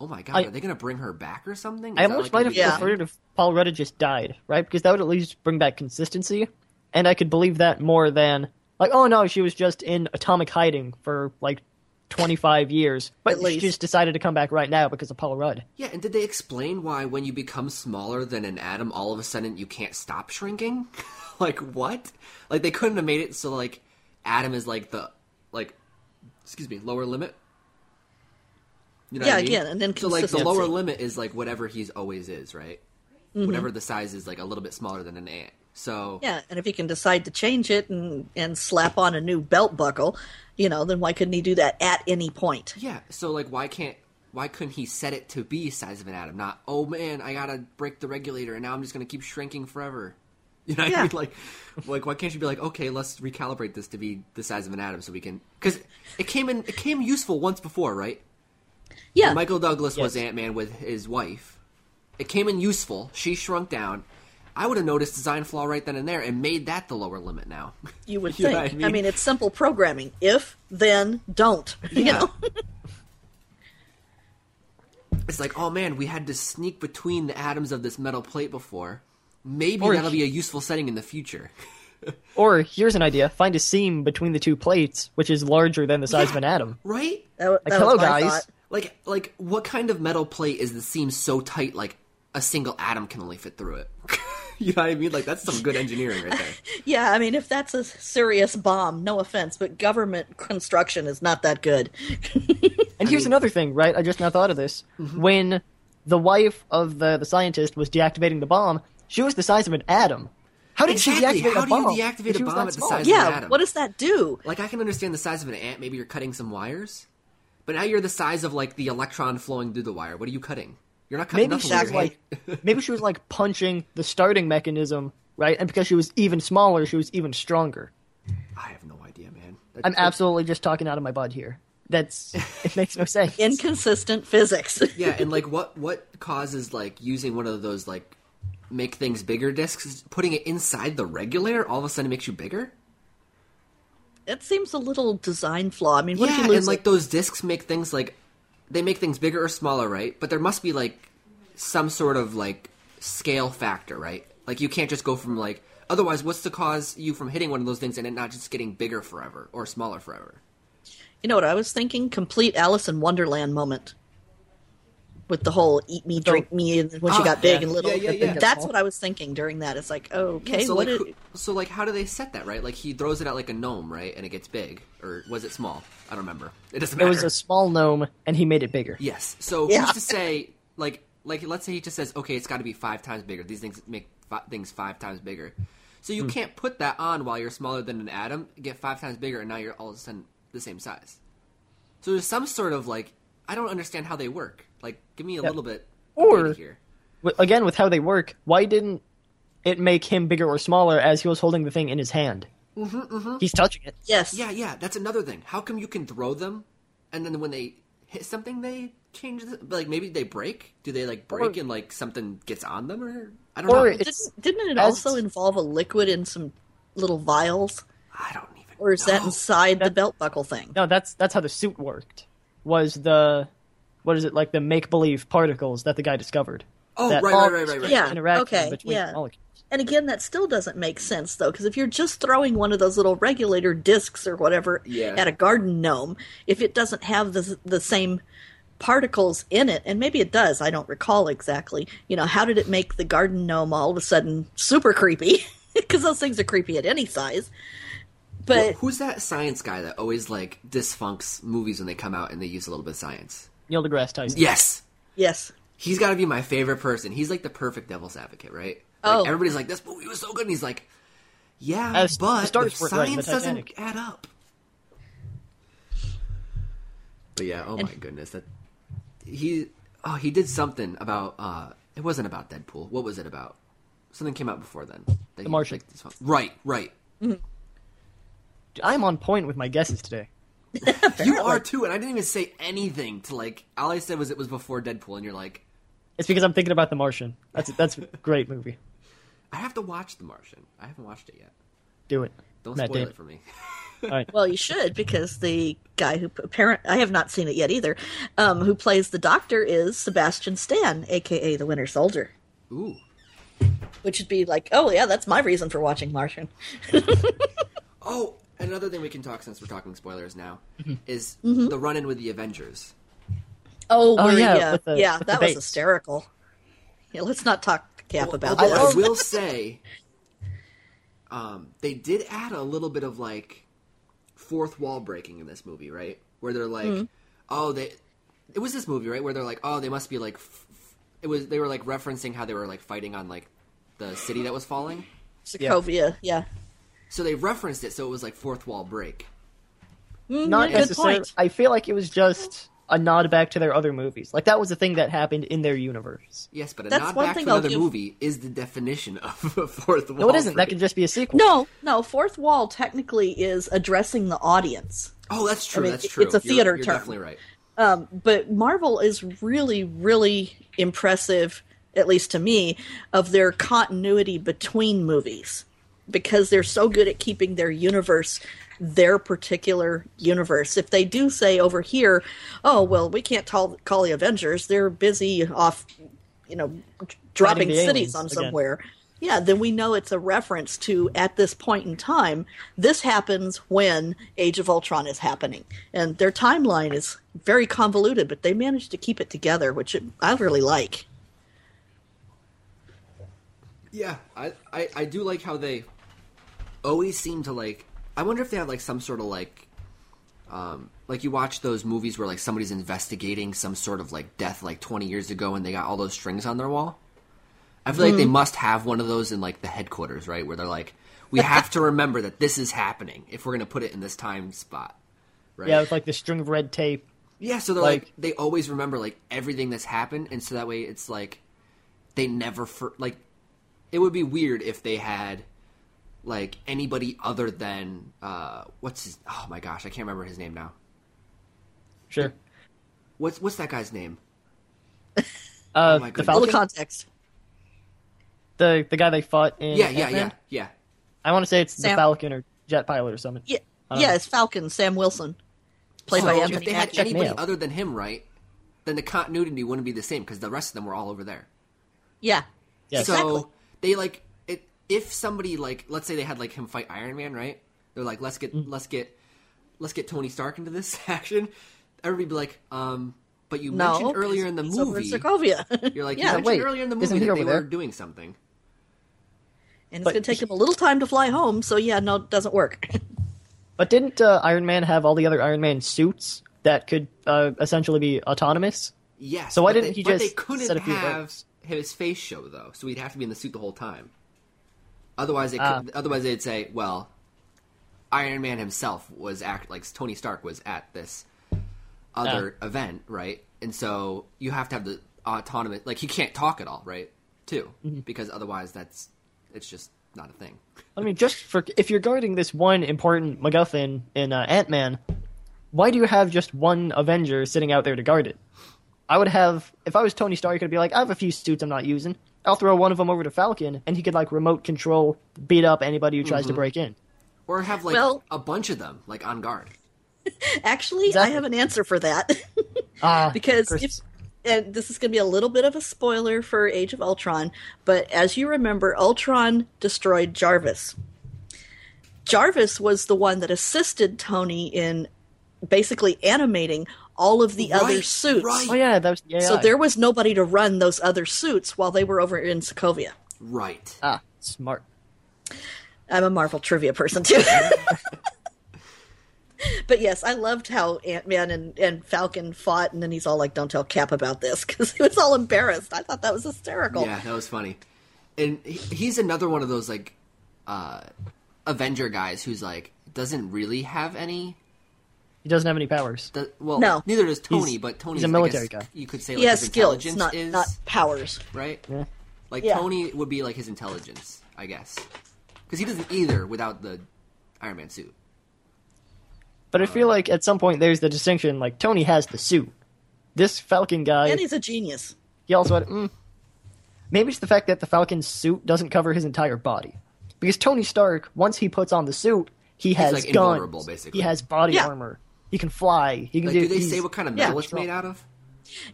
S1: oh my god,
S3: I-
S1: are they gonna bring her back or something? Is
S3: I
S1: that,
S3: almost
S1: like,
S3: might
S1: gonna
S3: have
S1: be a
S2: Yeah.
S1: thing?
S3: preferred if Paul Rudd had just died, right? Because that would at least bring back consistency, and I could believe that more than like, oh no, she was just in atomic hiding for like twenty five years, but
S2: At
S3: she
S2: least.
S3: just decided to come back right now because of Paul Rudd.
S1: Yeah, and did they explain why when you become smaller than an atom, all of a sudden you can't stop shrinking? *laughs* like what? Like they couldn't have made it so like atom is like the like excuse me lower limit. You
S2: Yeah, again, and then
S1: so like the lower
S2: consistency. Mm-hmm.
S1: limit is like whatever he's always is, right? Whatever the size is, like a little bit smaller than an ant. So
S2: Yeah, and if he can decide to change it and and slap on a new belt buckle, you know, then why couldn't he do that at any point?
S1: Yeah, so like why can't why couldn't he set it to be size of an atom? Not oh man, I gotta break the regulator and now I'm just gonna keep shrinking forever. *laughs* You know what I
S2: Yeah.
S1: mean? Like like why can't you be like, okay, let's recalibrate this to be the size of an atom so we can because it came in it came useful once before, right?
S2: Yeah,
S1: Michael Douglas was
S3: Yes.
S1: Ant Man with his wife. It came in useful. She shrunk down. I would have noticed design flaw right then and there and made that the lower limit now. *laughs*
S2: you would
S1: you know what
S2: think.
S1: I
S2: I,
S1: mean?
S2: mean? it's simple programming. If then don't.
S1: *laughs*
S2: You know?
S1: It's like, oh man, we had to sneak between the atoms of this metal plate before. Maybe
S3: Or-
S1: that'll be a useful setting in the future. *laughs*
S3: Or here's an idea: find a seam between the two plates, which is larger than
S2: *laughs*
S3: the size of an atom.
S1: Right?
S2: That, wa-
S3: Like,
S2: that
S3: hello,
S2: was my
S3: guys.
S2: thought.
S1: Like like what kind of metal plate is the seam so tight like a single atom can only fit through it. *laughs* you know what I mean? Like that's some good engineering right
S3: *laughs*
S1: there.
S2: Yeah, I mean, if that's a serious bomb, no offense, but government construction is not that good.
S3: And here's another thing, right? I just now thought of this.
S1: Mm-hmm.
S3: When the wife of the, the scientist was deactivating the bomb, she was the size of an atom. How did
S1: Exactly.
S3: she deactivate
S1: How
S3: a
S1: do you
S3: bomb?
S1: deactivate
S3: if
S1: a
S3: she was
S1: bomb at the
S3: that small?
S1: size of an
S2: yeah,
S1: atom.
S2: what does that do?
S1: Like I can understand the size of an ant. Maybe you're cutting some wires, but now you're the size of like the electron flowing through the wire. What are you cutting? You're not cutting
S3: Maybe she
S1: nothing. with
S3: was
S1: your hand.
S3: like,
S1: *laughs*
S3: maybe she was like punching the starting mechanism, right? And because she was even smaller, she was even stronger.
S1: I have no idea, man.
S3: I'm absolutely just talking out of my butt here.
S1: *laughs*
S3: That's it makes no sense.
S2: Inconsistent physics.
S1: yeah, and like what what causes like using one of those like make things bigger discs, putting it inside the regulator, all of a sudden makes you bigger.
S2: *laughs* it seems a little design flaw. I mean, what if
S1: yeah,
S2: you lose
S1: and like
S2: it?
S1: those discs make things like they make things bigger or smaller, right? But there must be like some sort of like scale factor, right? Like you can't just go from like otherwise what's to cause you from hitting one of those things and it not just getting bigger forever or smaller forever?
S2: You know what I was thinking? Complete Alice in Wonderland moment. With the whole eat me, drink me, and when she
S1: Ah,
S2: got big
S1: yeah.
S2: and little.
S1: Yeah, yeah, yeah.
S2: That's what I was thinking during that. It's like, okay,
S1: so
S2: what
S1: like
S2: did-
S1: who- so like how do they set that, right? Like he throws it at like a gnome, right? And it gets big or was it small? I don't remember. It doesn't
S3: It
S1: matter.
S3: was a small gnome, and he made it bigger.
S1: Yes. So
S2: Yeah.
S1: who's to say, like, like let's say he just says, okay, it's got to be five times bigger. These things make fi- things five times bigger. So
S2: Hmm.
S1: you can't put that on while you're smaller than an atom, get five times bigger, and now you're all of a sudden the same size. So there's some sort of like, I don't understand how they work. Like, give me a little bit of
S3: Or-
S1: data here.
S3: Wi- Again, with how they work, why didn't it make him bigger or smaller as he was holding the thing in his hand? Mm-hmm, He's touching it.
S2: yes.
S1: Yeah, yeah, that's another thing. How come you can throw them, and then when they hit something, they change? The, like maybe they break. Do they like break and like something gets on them, or I don't
S3: Or
S1: know.
S3: it's-
S2: Didn't, didn't it
S3: as
S2: also
S3: it's-
S2: involve a liquid in some little vials?
S1: I don't even.
S2: Or is that
S1: know.
S2: inside the belt buckle thing?
S3: No, that's that's how the suit worked. Was the what is it like the make believe particles that the guy discovered?
S1: Oh,
S3: that
S1: right,
S3: all
S1: right, right, right, right.
S2: Yeah,
S3: interaction
S2: okay,
S3: between
S2: yeah.
S3: molecules.
S2: And again, that still doesn't make sense though, because if you're just throwing one of those little regulator discs or whatever
S1: Yeah.
S2: at a garden gnome, if it doesn't have the the same particles in it, and maybe it does, I don't recall exactly. You know, how did it make the garden gnome all of a sudden super creepy? *laughs* Because those things are creepy at any size.
S1: Well,
S2: But
S1: who's that science guy that always like disfunks movies when they come out and they use a little bit of science?
S3: Neil deGrasse Tyson.
S1: Yes,
S2: yes,
S1: he's got to be my favorite person. He's like the perfect devil's advocate, right?
S2: Oh.
S1: like, everybody's like, "This movie was so good," and he's like, "Yeah,
S3: As-
S1: but
S3: the
S1: the
S3: stars weren't right in the
S1: science doesn't
S3: Titanic."
S1: add up." But yeah, oh my goodness, that he oh he did something about uh it wasn't about Deadpool. What was it about? Something came out before then. That he,
S3: Martian.
S1: like, disfun- right, right.
S3: I'm on point with my guesses today.
S1: You are too, and I didn't even say anything to like. All I said was it was before Deadpool, and you're like,
S3: It's because I'm thinking about The Martian. That's that's a great movie.
S1: I have to watch The Martian. I haven't watched it yet.
S3: Do it.
S1: Don't
S3: Matt
S1: spoil
S3: Damon.
S1: it for me.
S3: All right.
S2: Well, you should because the guy who apparent I have not seen it yet either, um, who plays the Doctor is Sebastian Stan, aka the Winter Soldier,
S1: Ooh.
S2: which would be like, oh yeah, that's my reason for watching Martian.
S1: Oh, another thing we can talk since we're talking spoilers now
S3: Mm-hmm.
S1: is the run-in with the Avengers.
S2: Oh, where-
S3: yeah,
S2: yeah,
S3: with the-
S2: yeah,
S3: with
S2: that
S3: the
S2: was
S3: base.
S2: hysterical. Yeah, let's not talk cap about
S1: Although
S2: that.
S1: I will say, um, they did add a little bit of like fourth wall breaking in this movie, right? Where they're like,
S2: Hmm.
S1: oh, they. It was this movie, right? Where they're like, oh, they must be like. F- f- it was they were like referencing how they were like fighting on like the city that was falling.
S2: Sokovia, yeah.
S1: So they referenced it, so it was like fourth wall break.
S3: Not
S2: Mm, good
S3: necessarily.
S2: point.
S3: I feel like it was just a nod back to their other movies. Like that was a thing that happened in their universe.
S1: Yes, but a
S2: That's
S1: nod
S2: one
S1: back
S2: thing
S1: to
S2: I'll
S1: another
S2: give-
S1: movie is the definition of *laughs* a fourth wall.
S3: No, it isn't.
S1: break.
S3: That could just be a sequel.
S2: No, no, fourth wall technically is addressing the audience.
S1: Oh, that's true.
S2: mean,
S1: that's
S2: it's
S1: true.
S2: a
S1: You're-
S2: theater
S1: you're
S2: term.
S1: Definitely right.
S2: Um, but Marvel is really, really impressive, at least to me, of their continuity between movies because they're so good at keeping their universe their particular universe. If they do say over here, oh, well, we can't tall- call the Avengers, they're busy off, you know, d- dropping
S3: the
S2: cities
S3: aliens
S2: on
S3: again.
S2: somewhere. Yeah, then we know it's a reference to at this point in time, this happens when Age of Ultron is happening. And their timeline is very convoluted, but they managed to keep it together, which I really like.
S1: Yeah, I, I, I do like how they always seem to like. I wonder if they have like some sort of like, um, like you watch those movies where like somebody's investigating some sort of like death like twenty years ago, and they got all those strings on their wall. I feel like they must have one of those in like the headquarters, right? Where they're like, we have to remember that this is happening if we're gonna put it in this time spot, right?
S3: Yeah, with like the string of red tape.
S1: Yeah, so they're like,
S3: Like-
S1: they always remember like everything that's happened, and so that way it's like they never for like it would be weird if they had like anybody other than uh what's his oh my gosh I can't remember his name now
S3: Sure.
S1: what's what's that guy's name
S3: Uh,
S1: my
S3: the
S1: goodness.
S2: All the
S3: Falcon,
S2: context.
S3: the the guy they fought in.
S1: yeah yeah yeah
S3: Ant-Man?
S1: yeah
S3: I want to say it's the
S2: Sam-
S3: Falcon or Jet Pilot or something.
S2: Yeah,
S3: Uh,
S2: yeah, it's Falcon, Sam Wilson, played
S1: So
S2: by
S1: Oh, if
S2: Anthony
S1: they had
S2: Mackie.
S3: check me
S1: anybody
S3: out.
S1: other than him right then the continuity wouldn't be the same because the rest of them were all over there
S2: Yeah,
S3: Yes.
S1: So
S2: Exactly.
S1: they like it, if somebody like let's say they had like him fight Iron Man, right? They're like let's get
S3: Mm-hmm.
S1: let's get let's get Tony Stark into this *laughs* action. Everybody be like, um, but you
S2: no.
S1: mentioned earlier in the
S2: it's over in
S1: movie, *laughs*
S2: Sokovia.
S1: you're like you
S2: yeah,
S1: mentioned
S3: wait,
S1: earlier in the
S3: isn't
S1: movie
S3: he
S1: that
S3: over
S1: they
S3: there?
S1: were doing something.
S2: and it's
S3: but-
S2: going to take him a little time to fly home. So yeah, no, it doesn't work. *laughs*
S3: But didn't uh, Iron Man have all the other Iron Man suits that could uh, essentially be autonomous?
S1: Yes.
S3: So why
S1: but
S3: didn't
S1: they,
S3: he
S1: but they
S3: just
S1: couldn't
S3: set a few
S1: have
S3: alerts?
S1: his face show though, so he'd have to be in the suit the whole time. Otherwise, they
S3: Ah.
S1: could, otherwise they'd say, well, Iron Man himself was act like Tony Stark was at this other
S3: Ah.
S1: event, right? And so you have to have the autonomous, like he can't talk at all, right? Too,
S3: Mm-hmm.
S1: because otherwise that's it's just not a thing.
S3: I mean, just for if you're guarding this one important MacGuffin in uh, Ant Man, why do you have just one Avenger sitting out there to guard it? I would have, if I was Tony Stark, I'd be like, I have a few suits I'm not using. I'll throw one of them over to Falcon, and he could like remote control, beat up anybody who tries to break in.
S1: Or have like
S2: Well-
S1: a bunch of them like on guard.
S2: Actually, I
S3: Exactly.
S2: have an answer for that. *laughs*
S3: Ah,
S2: because
S3: Chris-
S2: if, and this is going to be a little bit of a spoiler for Age of Ultron, but as you remember, Ultron destroyed Jarvis. Jarvis was the one that assisted Tony in basically animating all of the other
S1: Right,
S2: suits.
S1: right.
S3: oh yeah, that was the AI.
S2: So there was nobody to run those other suits while they were over in Sokovia.
S1: Right.
S3: ah smart.
S2: I'm a Marvel trivia person too. *laughs* but yes, I loved how Ant Man and, and Falcon fought, and then he's all like, "Don't tell Cap about this," *laughs* because he was all embarrassed. I thought that was hysterical.
S1: Yeah, that was funny. And he- he's another one of those like uh Avenger guys who's like doesn't really have any.
S3: He doesn't have any powers.
S1: The, well,
S2: No.
S1: neither does Tony,
S3: He's-
S1: but Tony's
S3: he's a
S1: I
S3: military
S1: guess
S3: guy.
S1: You could say
S2: he
S1: like
S2: has
S1: his
S2: skills,
S1: intelligence
S2: not
S1: is
S2: not powers.
S1: right.
S3: Yeah.
S1: Like
S2: Yeah.
S1: Tony would be like his intelligence, I guess, because he doesn't either without the Iron Man suit.
S3: But I feel like at some point there's the distinction. Like Tony has the suit. This Falcon guy,
S2: And he's a genius.
S3: He also had. Mm, maybe it's the fact that the Falcon's suit doesn't cover his entire body, because Tony Stark, once he puts on the suit, he has
S1: like,
S3: guns.
S1: invulnerable, basically.
S3: He has body
S2: Yeah.
S3: armor. He can fly. He can
S1: Like,
S3: do.
S1: do they
S3: he's-
S1: say what kind of
S2: yeah,
S1: metal it's made out of?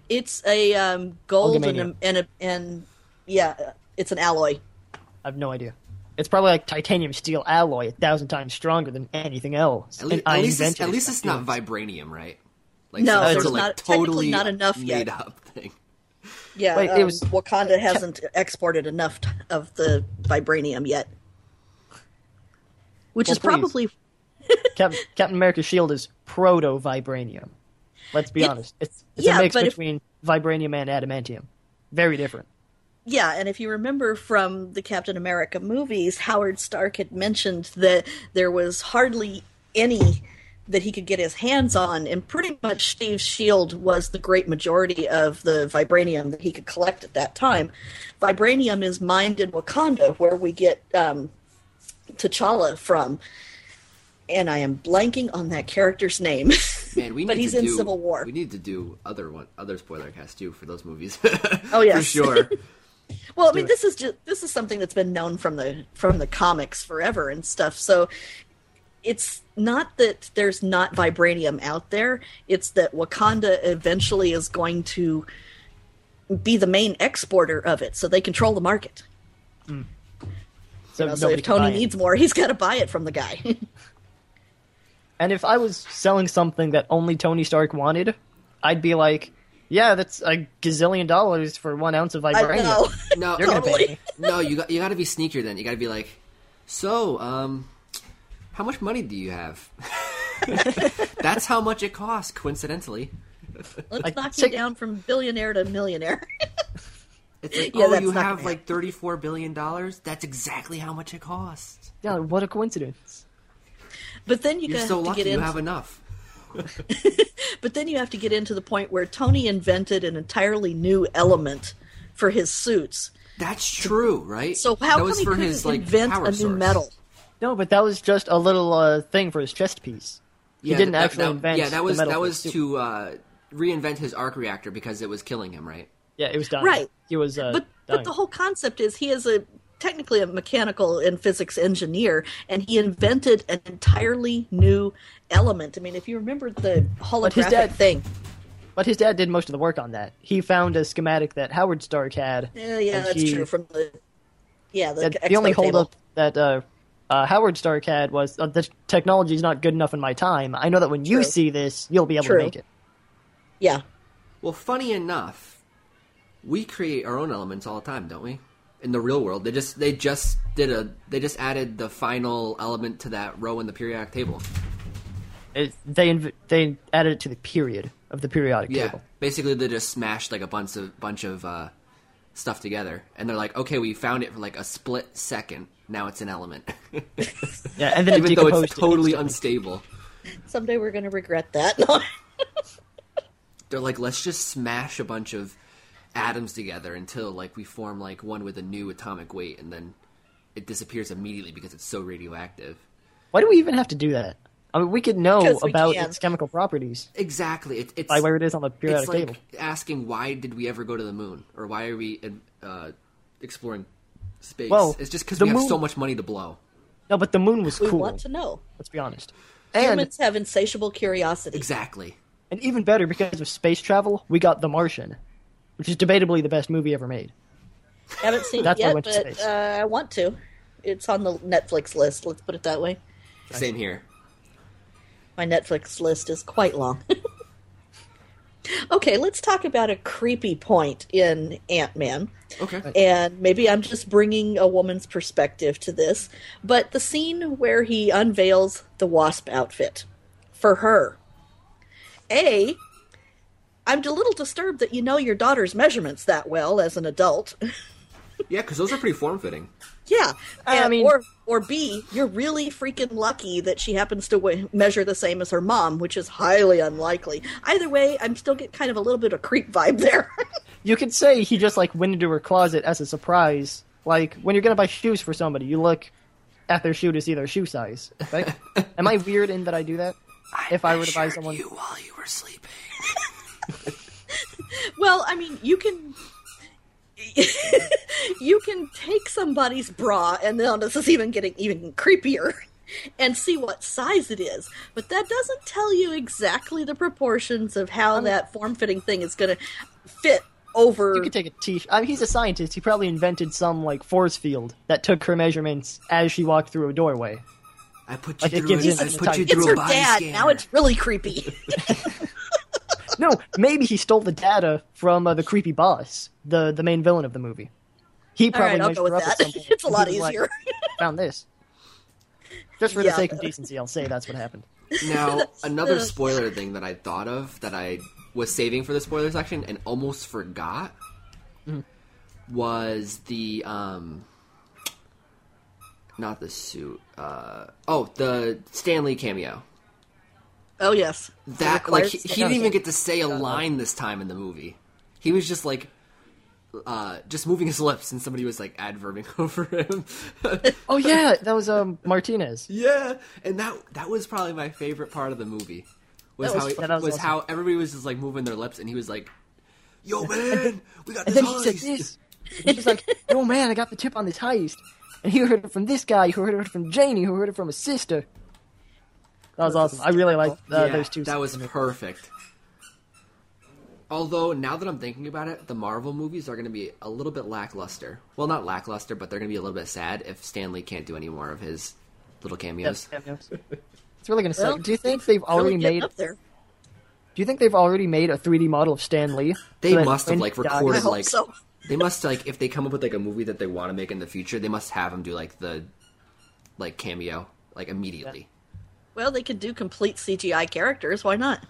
S2: It's a um, gold and a,
S3: Ultimania.
S2: and a and yeah, it's an alloy.
S3: I have no idea. It's probably like titanium steel alloy, a thousand times stronger than anything else.
S1: At, le-
S3: And I
S1: at least, it's,
S3: invented
S1: at
S3: it.
S1: least it's not vibranium, right? Like
S2: No,
S1: some
S3: there's
S1: sort of, like,
S2: not- technically
S1: totally
S2: not enough
S1: made
S2: yet.
S1: up thing.
S2: Yeah,
S3: Wait, it
S2: um,
S3: was-
S2: Wakanda hasn't exported enough t- of the vibranium yet, which
S3: Well,
S2: is
S3: please.
S2: probably
S3: Cap- Captain America's shield is proto vibranium. Let's be
S2: It-
S3: honest. It's, it's
S2: yeah,
S3: a mix
S2: but if-
S3: between vibranium and adamantium. Very different.
S2: Yeah, and if you remember from the Captain America movies, Howard Stark had mentioned that there was hardly any that he could get his hands on, and pretty much Steve's shield was the great majority of the vibranium that he could collect at that time. Vibranium is mined in Wakanda, where we get um, T'Challa from, and I am blanking on that character's name. *laughs*
S1: Man, we need
S2: But he's
S1: to
S2: in
S1: do,
S2: Civil War.
S1: We need to do other one, other spoiler cast too for those movies.
S2: Oh,
S1: *laughs* for
S2: yes. *laughs*
S1: sure.
S2: Well, I mean, this is just this is something that's been known from the from the comics forever and stuff. So it's not that there's not vibranium out there; it's that Wakanda eventually is going to be the main exporter of it, so they control the market.
S3: So,
S2: You know, so
S3: nobody
S2: if
S3: can buy
S2: Tony
S3: it.
S2: needs more, he's got to buy it from the guy. *laughs*
S3: And if I was selling something that only Tony Stark wanted, I'd be like, Yeah, that's a gazillion dollars for one ounce of
S2: I
S3: vibranium.
S2: know.
S1: No,
S3: You're gonna
S2: Totally.
S3: pay me.
S1: no, you got you got to be sneakier then. You got to be like, so, um, how much money do you have? *laughs* That's how much it costs, coincidentally.
S2: *laughs* Let's
S3: Like,
S2: knock
S3: take-
S2: you down from billionaire to millionaire. *laughs*
S1: It's like,
S2: Yeah,
S1: oh,
S2: that's
S1: you
S2: not
S1: have
S2: gonna
S1: like thirty-four billion dollars. That's exactly how much it costs.
S3: Yeah, what a coincidence.
S2: but then you
S1: You're
S2: have
S1: so
S2: to
S1: lucky
S2: get
S1: you
S2: into
S1: have enough.
S2: But then you have to get into the point where Tony invented an entirely new element for his suits.
S1: That's true, right?
S2: So how
S1: that
S2: come
S1: was
S2: he
S1: for
S2: couldn't
S1: his like
S2: invent
S1: power
S2: a new
S1: source.
S2: metal?
S3: No, but that was just a little uh, thing for his chest piece.
S1: Yeah,
S3: didn't
S1: that-
S3: actually
S1: that-
S3: invent
S1: Yeah, that
S3: the
S1: was
S3: metal
S1: that
S3: for
S1: was
S3: the suit.
S1: to uh, reinvent his arc reactor because it was killing him, right?
S3: Yeah, it was done.
S2: Right.
S3: He was. Uh,
S2: But but
S3: dying.
S2: the whole concept is he is a technically a mechanical and physics engineer and he invented an entirely new element. I mean, if you remember the
S3: his
S2: holographic
S3: dad-
S2: thing.
S3: But his dad did most of the work on that. He found a schematic that Howard Stark had.
S2: Yeah, yeah,
S3: and
S2: that's
S3: he-
S2: true from the Yeah, the,
S3: that the only
S2: Expo table.
S3: holdup that uh, uh, Howard Stark had was uh, the technology is not good enough in my time. I know that when you
S2: True.
S3: see this, you'll be able
S2: True.
S3: to make it.
S2: Yeah.
S1: Well, funny enough, we create our own elements all the time, don't we? In the real world, they just they just did a they just added the final element to that row in the periodic table.
S3: it they inv- they added it to the period of the periodic
S1: Yeah,
S3: table.
S1: basically they just smashed like a bunch of bunch of uh, stuff together, and they're like, okay, we found it for like a split second. Now it's an element, *laughs*
S3: Yeah, and then it
S1: even though it's
S3: decomposed.
S1: totally
S3: instantly.
S1: unstable.
S2: Someday we're going to regret that. *laughs*
S1: They're like, let's just smash a bunch of atoms together until like we form like one with a new atomic weight, and then it disappears immediately because it's so radioactive.
S3: Why do we even have to do that? I mean, we could know
S2: 'Cause we
S3: about
S2: can.
S3: its chemical properties
S1: Exactly. It, it's
S3: by where it is on the periodic
S1: it's like
S3: table.
S1: asking why did we ever go to the moon or why are we uh, exploring space?
S3: Well,
S1: it's just because
S3: the
S1: we have
S3: moon-
S1: so much money to blow.
S3: No, but the moon was
S2: we
S3: cool.
S2: want to know.
S3: Let's be honest. And
S2: Humans have insatiable curiosity.
S1: Exactly.
S3: and even better because of space travel, we got The Martian, which is debatably the best movie ever made.
S2: Haven't seen
S3: That's
S2: it
S3: why I
S2: yet,
S3: went to
S2: but
S3: space.
S2: uh, I want to. It's on the Netflix list. Let's put it that way.
S1: Same here.
S2: My Netflix list is quite long. *laughs* okay, let's talk about a creepy point in Ant Man.
S1: Okay.
S2: And maybe I'm just bringing a woman's perspective to this, but the scene where he unveils the wasp outfit for her. A, I'm a little disturbed that you know your daughter's measurements that well as an adult. *laughs*
S1: Yeah, because those are pretty form fitting.
S2: Yeah,
S3: I
S2: and-
S3: mean-
S2: or or B, you're really freaking lucky that she happens to w- measure the same as her mom, which is highly unlikely. Either way, I'm still getting kind of a little bit of creep vibe there. *laughs*
S3: You could say he just like went into her closet as a surprise. Like when you're gonna buy shoes for somebody, you look at their shoe to see their shoe size.
S1: *laughs*
S3: Right? Am I weird in that I do that? if I were to buy
S1: measured
S3: someone,
S1: you while you were sleeping.
S2: well, I mean, you can *laughs* you can take somebody's bra, and now this is even getting even creepier. And see what size it is, but that doesn't tell you exactly the proportions of how that form-fitting thing is going to fit over.
S3: you could take a t. I mean, he's a scientist. He probably invented some like force field that took her measurements as she walked through a doorway.
S1: I put you
S3: Like, it
S1: through.
S3: gives
S1: An,
S3: you
S1: I
S3: some
S1: put you
S2: it's
S3: type-
S1: through
S2: her
S1: a body
S2: dad.
S1: scanner.
S2: Now it's really creepy.
S3: No, maybe he stole the data from uh, the creepy boss, the the main villain of the movie. He
S2: All right,
S3: probably
S2: I'll
S3: measured
S2: go with
S3: her up
S2: that. *laughs*
S3: at some point,
S2: it's a
S3: and
S2: lot
S3: he was like,
S2: easier. *laughs*
S3: Found this. Just for
S2: Yeah.
S3: the sake of decency, I'll say that's what happened.
S1: now another
S2: the-
S1: spoiler thing that I thought of that I was saving for the spoiler section and almost forgot Mm. was the um not the suit. Uh oh, the Stanley cameo.
S2: oh yes,
S1: That
S2: required
S1: like he, he
S2: statement.
S1: didn't even get to say a line this time in the movie. He was just like uh just moving his lips and somebody was like adverbing *laughs* over him.
S3: Oh yeah, *laughs* that was um Martinez.
S1: Yeah, and that that was probably my favorite part of the movie. Was
S3: That was
S1: how
S3: fun.
S1: it,
S3: That
S1: was,
S3: was awesome.
S1: how everybody was just like moving their lips, and he was like, "Yo, man, we got
S3: And
S1: this
S3: then he said
S1: heist."
S3: this. And she's like, "Oh man, I got the tip on this heist." And he heard it from this guy, who heard it from Janie, who heard it from his sister. That was awesome. I really liked uh,
S1: Yeah,
S3: those two.
S1: that was perfect. Although now that I'm thinking about it, the Marvel movies are going to be a little bit lackluster. Well, not lackluster, but they're going to be a little bit sad if Stanley can't do any more of his little cameos.
S3: It's really gonna suck.
S2: Well,
S3: Do you think they've
S2: Really
S3: already
S2: getting
S3: made?
S2: up there.
S3: Do you think they've already made a 3D model of Stan Lee?
S1: They
S3: So that
S1: must have
S3: when
S1: like
S3: he dies-
S2: I
S1: recorded
S2: hope
S1: like
S2: so.
S1: they must like if they come up with like a movie that they want to make in the future, they must have him do like the like cameo like immediately.
S2: Well, they could do complete CGI characters. Why not?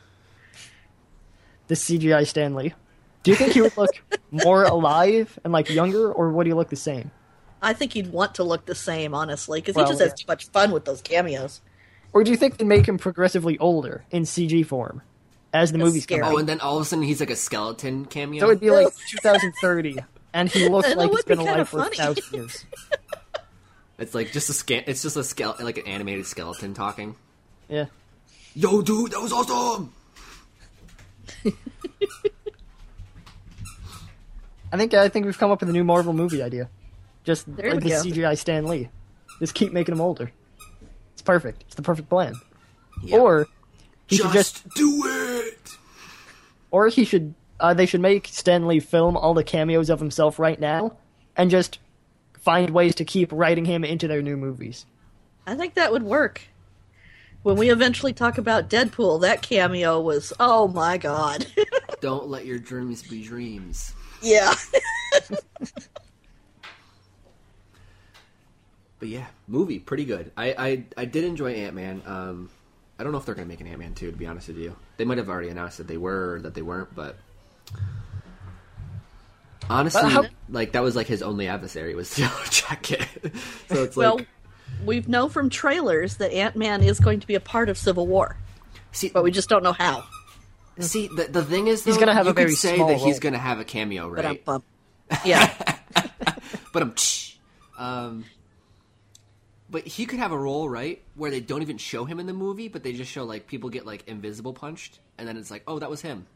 S3: the CGI Stan Lee. Do you think he would
S1: *laughs*
S3: look more alive and like younger, or would he look the same?
S2: I think he'd want to look the same, honestly, because
S3: Well,
S2: he just
S3: yeah.
S2: has too much fun with those cameos.
S3: Or do you think they make him progressively older in CG form as the
S2: That's
S3: movies come
S2: scary.
S1: Oh,
S3: out?
S1: and then all of a sudden he's like a skeleton cameo.
S3: So it'd
S2: *laughs*
S3: be like 2030, and he looks
S2: That
S3: like
S2: would
S3: he's
S2: be
S3: been
S2: kinda
S3: alive for a
S2: funny.
S3: thousand
S2: *laughs*
S3: years.
S1: it's like just a scan. It's just a skeleton, like an animated skeleton talking.
S3: Yeah.
S1: Yo, dude, that was awesome.
S3: I think I think we've come up with a new Marvel movie idea. Just
S2: There
S3: like
S2: we
S3: the
S2: go.
S3: CGI Stan Lee. Just keep making him older. It's perfect. It's the perfect plan.
S1: Yeah.
S3: Or he
S1: just,
S3: should just
S1: do it.
S3: or he should uh, they should make Stan Lee film all the cameos of himself right now and just find ways to keep writing him into their new movies.
S2: I think that would work. When we eventually talk about Deadpool, that cameo was oh my god. *laughs*
S1: Don't let your dreams be dreams.
S2: yeah.
S1: But yeah, movie pretty good. I I, I did enjoy Ant Man. Um, I don't know if they're gonna make an Ant Man two. To be honest with you, they might have already announced that they were or that they weren't. But honestly,
S3: But how-
S1: like that was like his only adversary was *laughs* the yellow jacket. so it's
S2: *laughs* well,
S1: like,
S2: we know from trailers that Ant Man is going to be a part of Civil War,
S1: see,
S2: but we just don't know how.
S1: see the, the thing is, though,
S3: He's gonna have
S1: you
S3: a very
S1: could say
S3: small
S1: that he's
S3: role.
S1: gonna have a cameo, right?
S2: But I'm bummed. Yeah.
S1: But I'm. Um, but he could have a role, right, where they don't even show him in the movie, but they just show like people get like invisible punched, and then it's like, oh, that was him,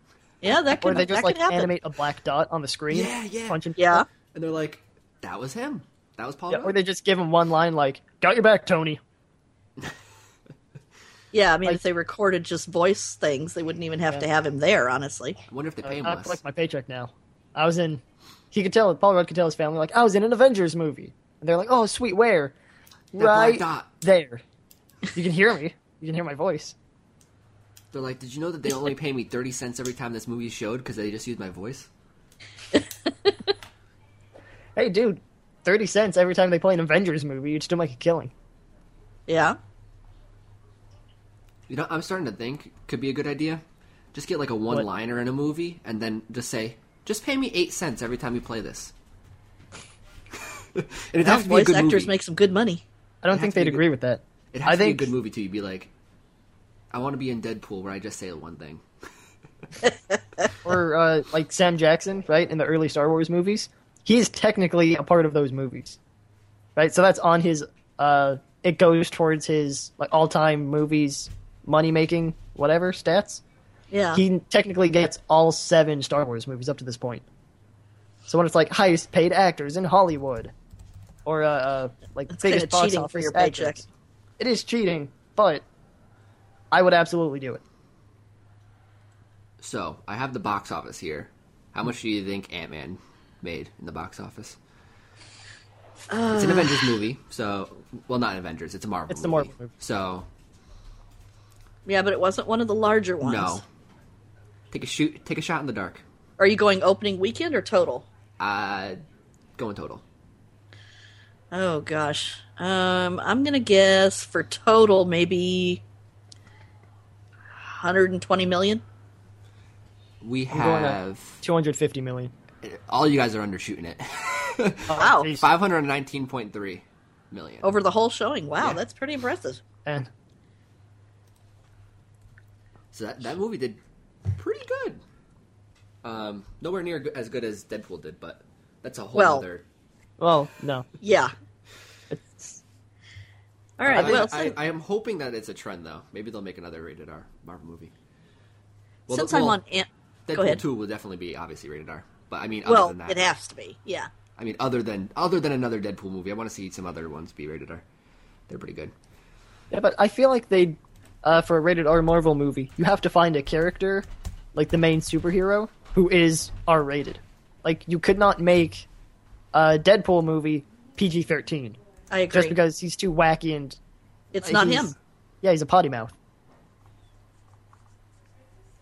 S2: yeah, that
S3: Or
S2: could,
S3: they just
S2: that
S3: like
S2: could happen.
S3: animate a black dot on the screen.
S1: Yeah, yeah.
S3: punching
S2: Yeah.
S3: people.
S1: and they're like, that was him, that was Paul.
S3: Yeah,
S1: Rudd."
S3: Or they just give him one line like, Got your back, Tony.
S2: Yeah, I mean
S3: Like-
S2: if they recorded just voice things, they wouldn't even have to have him there, honestly.
S1: I wonder if they pay
S3: I
S1: him
S3: collect
S1: less.
S3: my paycheck now. I was in. He could tell Paul Rudd could tell his family like I was in an Avengers movie, and they're like, "Oh, sweet, where?
S1: black
S3: right
S1: dot.
S3: there. You can hear me. You can hear my voice.
S1: They're like, did you know that they only pay me thirty cents every time this movie showed because they just used my voice?
S3: Hey, dude, thirty cents every time they play an Avengers movie, you'd still make a killing.
S2: Yeah.
S1: You know, I'm starting to think could be a good idea. Just get like a one-liner in a movie, and then just say, just pay me eight cents every time you play this. *laughs* and it
S2: Well,
S1: has to be a
S2: voice
S1: good
S2: actors
S1: movie.
S2: make some good money.
S3: I don't
S1: It
S3: think
S1: has to be
S3: they'd
S1: a
S3: agree
S1: good-
S3: with that.
S1: It
S3: I
S1: has to
S3: think-
S1: be a good movie too. You'd be like, I want to be in Deadpool where I just say one thing.
S3: Or uh, like Sam Jackson, right? In the early Star Wars movies, he is technically a part of those movies, right? So that's on his. Uh, it goes towards his like all-time movies, money making, whatever stats.
S2: Yeah.
S3: he technically gets all seven Star Wars movies up to this point. So when it's like highest paid actors in Hollywood, or uh, uh like
S2: It's
S3: biggest
S2: kinda
S3: box
S2: cheating for
S3: office
S2: your
S3: actors.
S2: paycheck.
S3: it is cheating, but I would absolutely do it.
S1: So I have the box office here. How much do you think Ant Man made in the box office? it's an Avengers movie, so well, not an Avengers. It's a Marvel.
S3: Uh. It's
S1: movie.
S3: the Marvel movie.
S1: So
S2: yeah, but it wasn't one of the larger ones.
S1: no, take a shoot. Take a shot in the dark.
S2: Are you going opening weekend or total?
S1: Uh, going total.
S2: Oh gosh. Um I'm going to guess for total maybe 120 million.
S1: We
S3: going up.
S1: have
S3: Two hundred fifty million.
S1: all you guys are undershooting it. *laughs*
S2: Wow.
S3: geez.
S1: Five hundred nineteen point three million.
S2: Over the whole showing. Wow,
S1: Yeah.
S2: that's pretty impressive.
S3: And
S1: So that, that movie did pretty good. Um, nowhere near go- as good as Deadpool did, but that's a whole
S2: Well,
S1: other.
S3: well, no,
S2: Yeah.
S3: it's,
S2: All
S1: I,
S2: right.
S1: think-
S2: well,
S1: I,
S2: since,
S1: I am hoping that it's a trend, though. Maybe they'll make another rated R Marvel movie. Well,
S2: since
S1: the-
S2: I'm
S1: well,
S2: on Ant
S1: Deadpool
S2: go ahead.
S1: two will definitely be obviously rated R. But I mean, other
S2: Well,
S1: than that,
S2: it has to be. Yeah.
S1: I mean, other than other than another Deadpool movie, I want to see some other ones be rated R. They're pretty good.
S3: yeah, but I feel like they, uh, for a rated R Marvel movie, you have to find a character, like the main superhero, who is R rated. Like you could not make a Deadpool movie PG thirteen.
S2: I agree.
S3: just because he's too wacky and
S2: it's not
S3: he's-
S2: him.
S3: Yeah, he's a potty mouth.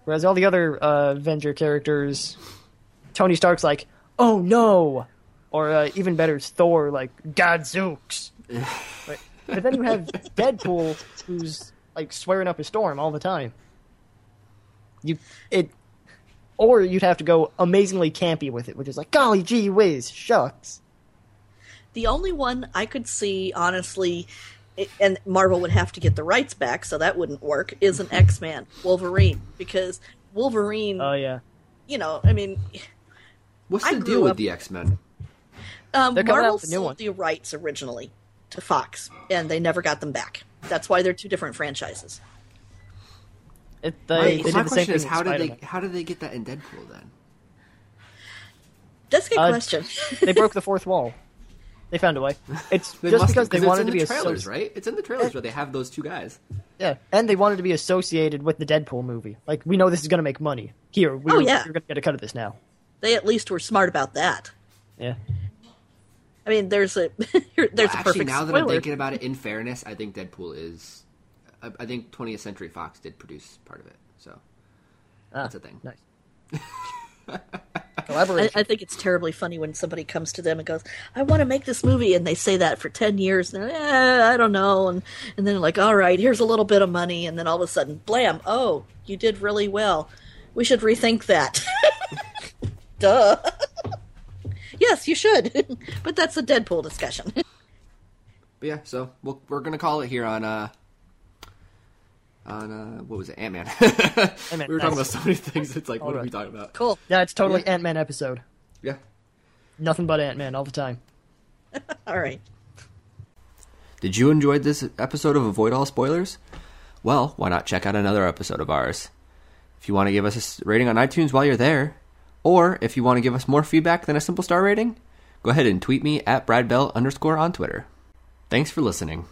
S3: Whereas all the other uh, Avenger characters, Tony Stark's like, "Oh no," or uh, even better, is Thor like, "God zooks." but, but then you have Deadpool, who's like swearing up a storm all the time. You it, or you'd have to go amazingly campy with it, which is like, "Golly gee whiz, shucks."
S2: The only one I could see, honestly, i- and Marvel would have to get the rights back, so that wouldn't work, is
S3: *laughs*
S2: an X Man Wolverine. Because Wolverine,
S3: Oh yeah,
S2: you know, I mean,
S1: What's
S2: I
S1: the
S2: grew
S1: deal with
S2: up-
S1: the X Men?
S2: um,
S3: They're coming out
S2: Marvel
S3: with a new
S2: sold
S3: one.
S2: the rights originally to Fox, and they never got them back. That's why they're two different franchises.
S3: it,
S1: My, my
S3: they, they did the same
S1: question
S3: thing.
S1: is,
S3: with
S1: how did they
S3: Spider-Man.
S1: how did they get that in Deadpool then?
S2: That's a good
S3: Uh,
S2: question. *laughs*
S3: they broke the fourth wall. They found a way. It's
S1: They
S3: just
S1: must-
S3: because they
S1: 'cause it's
S3: wanted
S1: in
S3: to
S1: the
S3: be
S1: trailers,
S3: associated.
S1: right? It's in the trailers where they have those two guys.
S3: Yeah, and they wanted to be associated with the Deadpool movie. Like, we know this is going to make money. Here, we're,
S2: Oh, yeah.
S3: you're going to get a cut of this now.
S2: they at least were smart about that.
S3: Yeah,
S2: I mean, there's a *laughs*
S1: Well,
S2: here- there's a
S1: actually,
S2: perfect
S1: now that I'm
S2: spoiler.
S1: thinking about it, in fairness, I think Deadpool is. I, I think 20th Century Fox did produce part of it, so that's a thing.
S3: nice.
S2: I,
S3: Ah, Collaboration.
S2: *laughs* I think it's terribly funny when somebody comes to them and goes, "I want to make this movie," and they say that for ten years, and they're, eh, I don't know, and and then like, "All right, here's a little bit of money," and then all of a sudden, blam! Oh, you did really well. We should rethink that. *laughs* Duh. *laughs* yes, you should, *laughs* but that's a Deadpool discussion. *laughs*
S1: But yeah, so we'll, we're gonna call it here on uh on uh what was it Ant *laughs* Man. we
S3: Ant-Man,
S1: were talking about
S3: nice.
S1: so many things. It's like what are we
S3: right.
S1: talking about?
S2: cool.
S3: yeah, it's totally
S1: Yeah.
S3: Ant Man episode.
S1: Yeah.
S3: Nothing but Ant Man all the time.
S2: All right.
S1: Did you enjoy this episode of Avoid All Spoilers? Well, why not check out another episode of ours? If you want to give us a s- rating on iTunes while you're there, or if you want to give us more feedback than a simple star rating, go ahead and tweet me at BradBell underscore on Twitter. Thanks for listening.